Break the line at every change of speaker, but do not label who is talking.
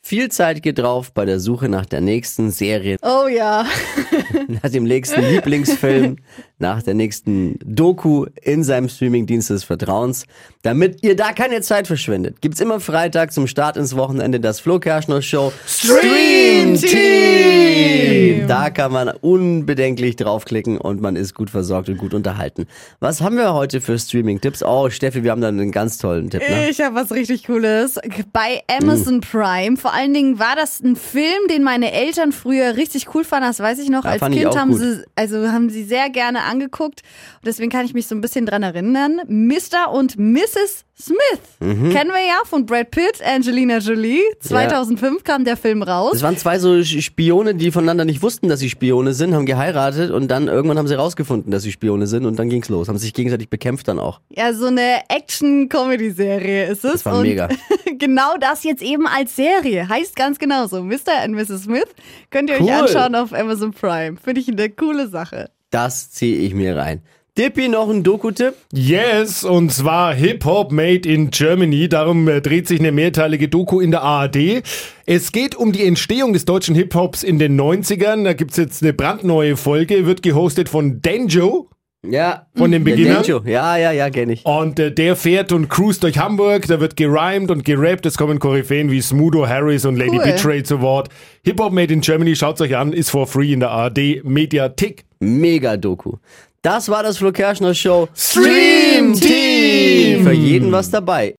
Viel Zeit geht drauf bei der Suche nach der nächsten Serie,
Oh ja.
nach dem nächsten Lieblingsfilm, nach der nächsten Doku in seinem Streamingdienst des Vertrauens. Damit ihr da keine Zeit verschwendet, gibt's immer Freitag zum Start ins Wochenende das Flo Kerschner Show
Stream Team.
Da kann man unbedenklich draufklicken und man ist gut versorgt und gut unterhalten. Was haben wir heute für Streaming-Tipps? Oh, Steffi, wir haben da einen ganz tollen Tipp, ne?
Ich habe was richtig Cooles. Bei
Uh.
Amazon Prime, vor allen Dingen war das ein Film, den meine Eltern früher richtig cool fanden, das weiß ich noch.
Ja,
Als
fand ich
Kind
auch
haben
gut.
sie, also haben sie sehr gerne angeguckt. Und deswegen kann ich mich so ein bisschen dran erinnern. Mr. und Mrs. Smith.
Mhm.
Kennen wir ja von Brad Pitt, Angelina Jolie. 2005 kam der Film raus.
Es waren zwei so Sch- Spione, die voneinander nicht wussten, dass sie Spione sind, haben geheiratet und dann irgendwann haben sie rausgefunden, dass sie Spione sind und dann ging's los. Haben sich gegenseitig bekämpft dann auch.
Ja, so eine Action-Comedy-Serie ist es.
Das war
und
mega.
genau das jetzt eben als Serie. Heißt ganz genauso. Mr. and Mrs. Smith könnt ihr
Cool.
euch anschauen auf Amazon Prime. Finde ich eine coole Sache.
Das ziehe ich mir rein. Dippi, noch ein Doku-Tipp?
Yes, und zwar Hip-Hop Made in Germany. Darum äh, dreht sich eine mehrteilige Doku in der ARD. Es geht um die Entstehung des deutschen Hip-Hops in den 90ern. Da gibt's jetzt eine brandneue Folge, wird gehostet von Denjo.
Ja.
Von den
Der
Beginnern?
Dencho. Ja, ja, ja, kenne ich.
Und äh, der fährt und cruist durch Hamburg, da wird gerimt und gerappt, es kommen Koryphäen wie Smudo, Harris und Lady
Cool.
B-Trade zu Wort. Hip-Hop Made in Germany, schaut's euch an, ist for free in der ARD Mediathek.
Mega Doku. Das war das Flo Kerschner Show.
Stream Team!
Für jeden was dabei.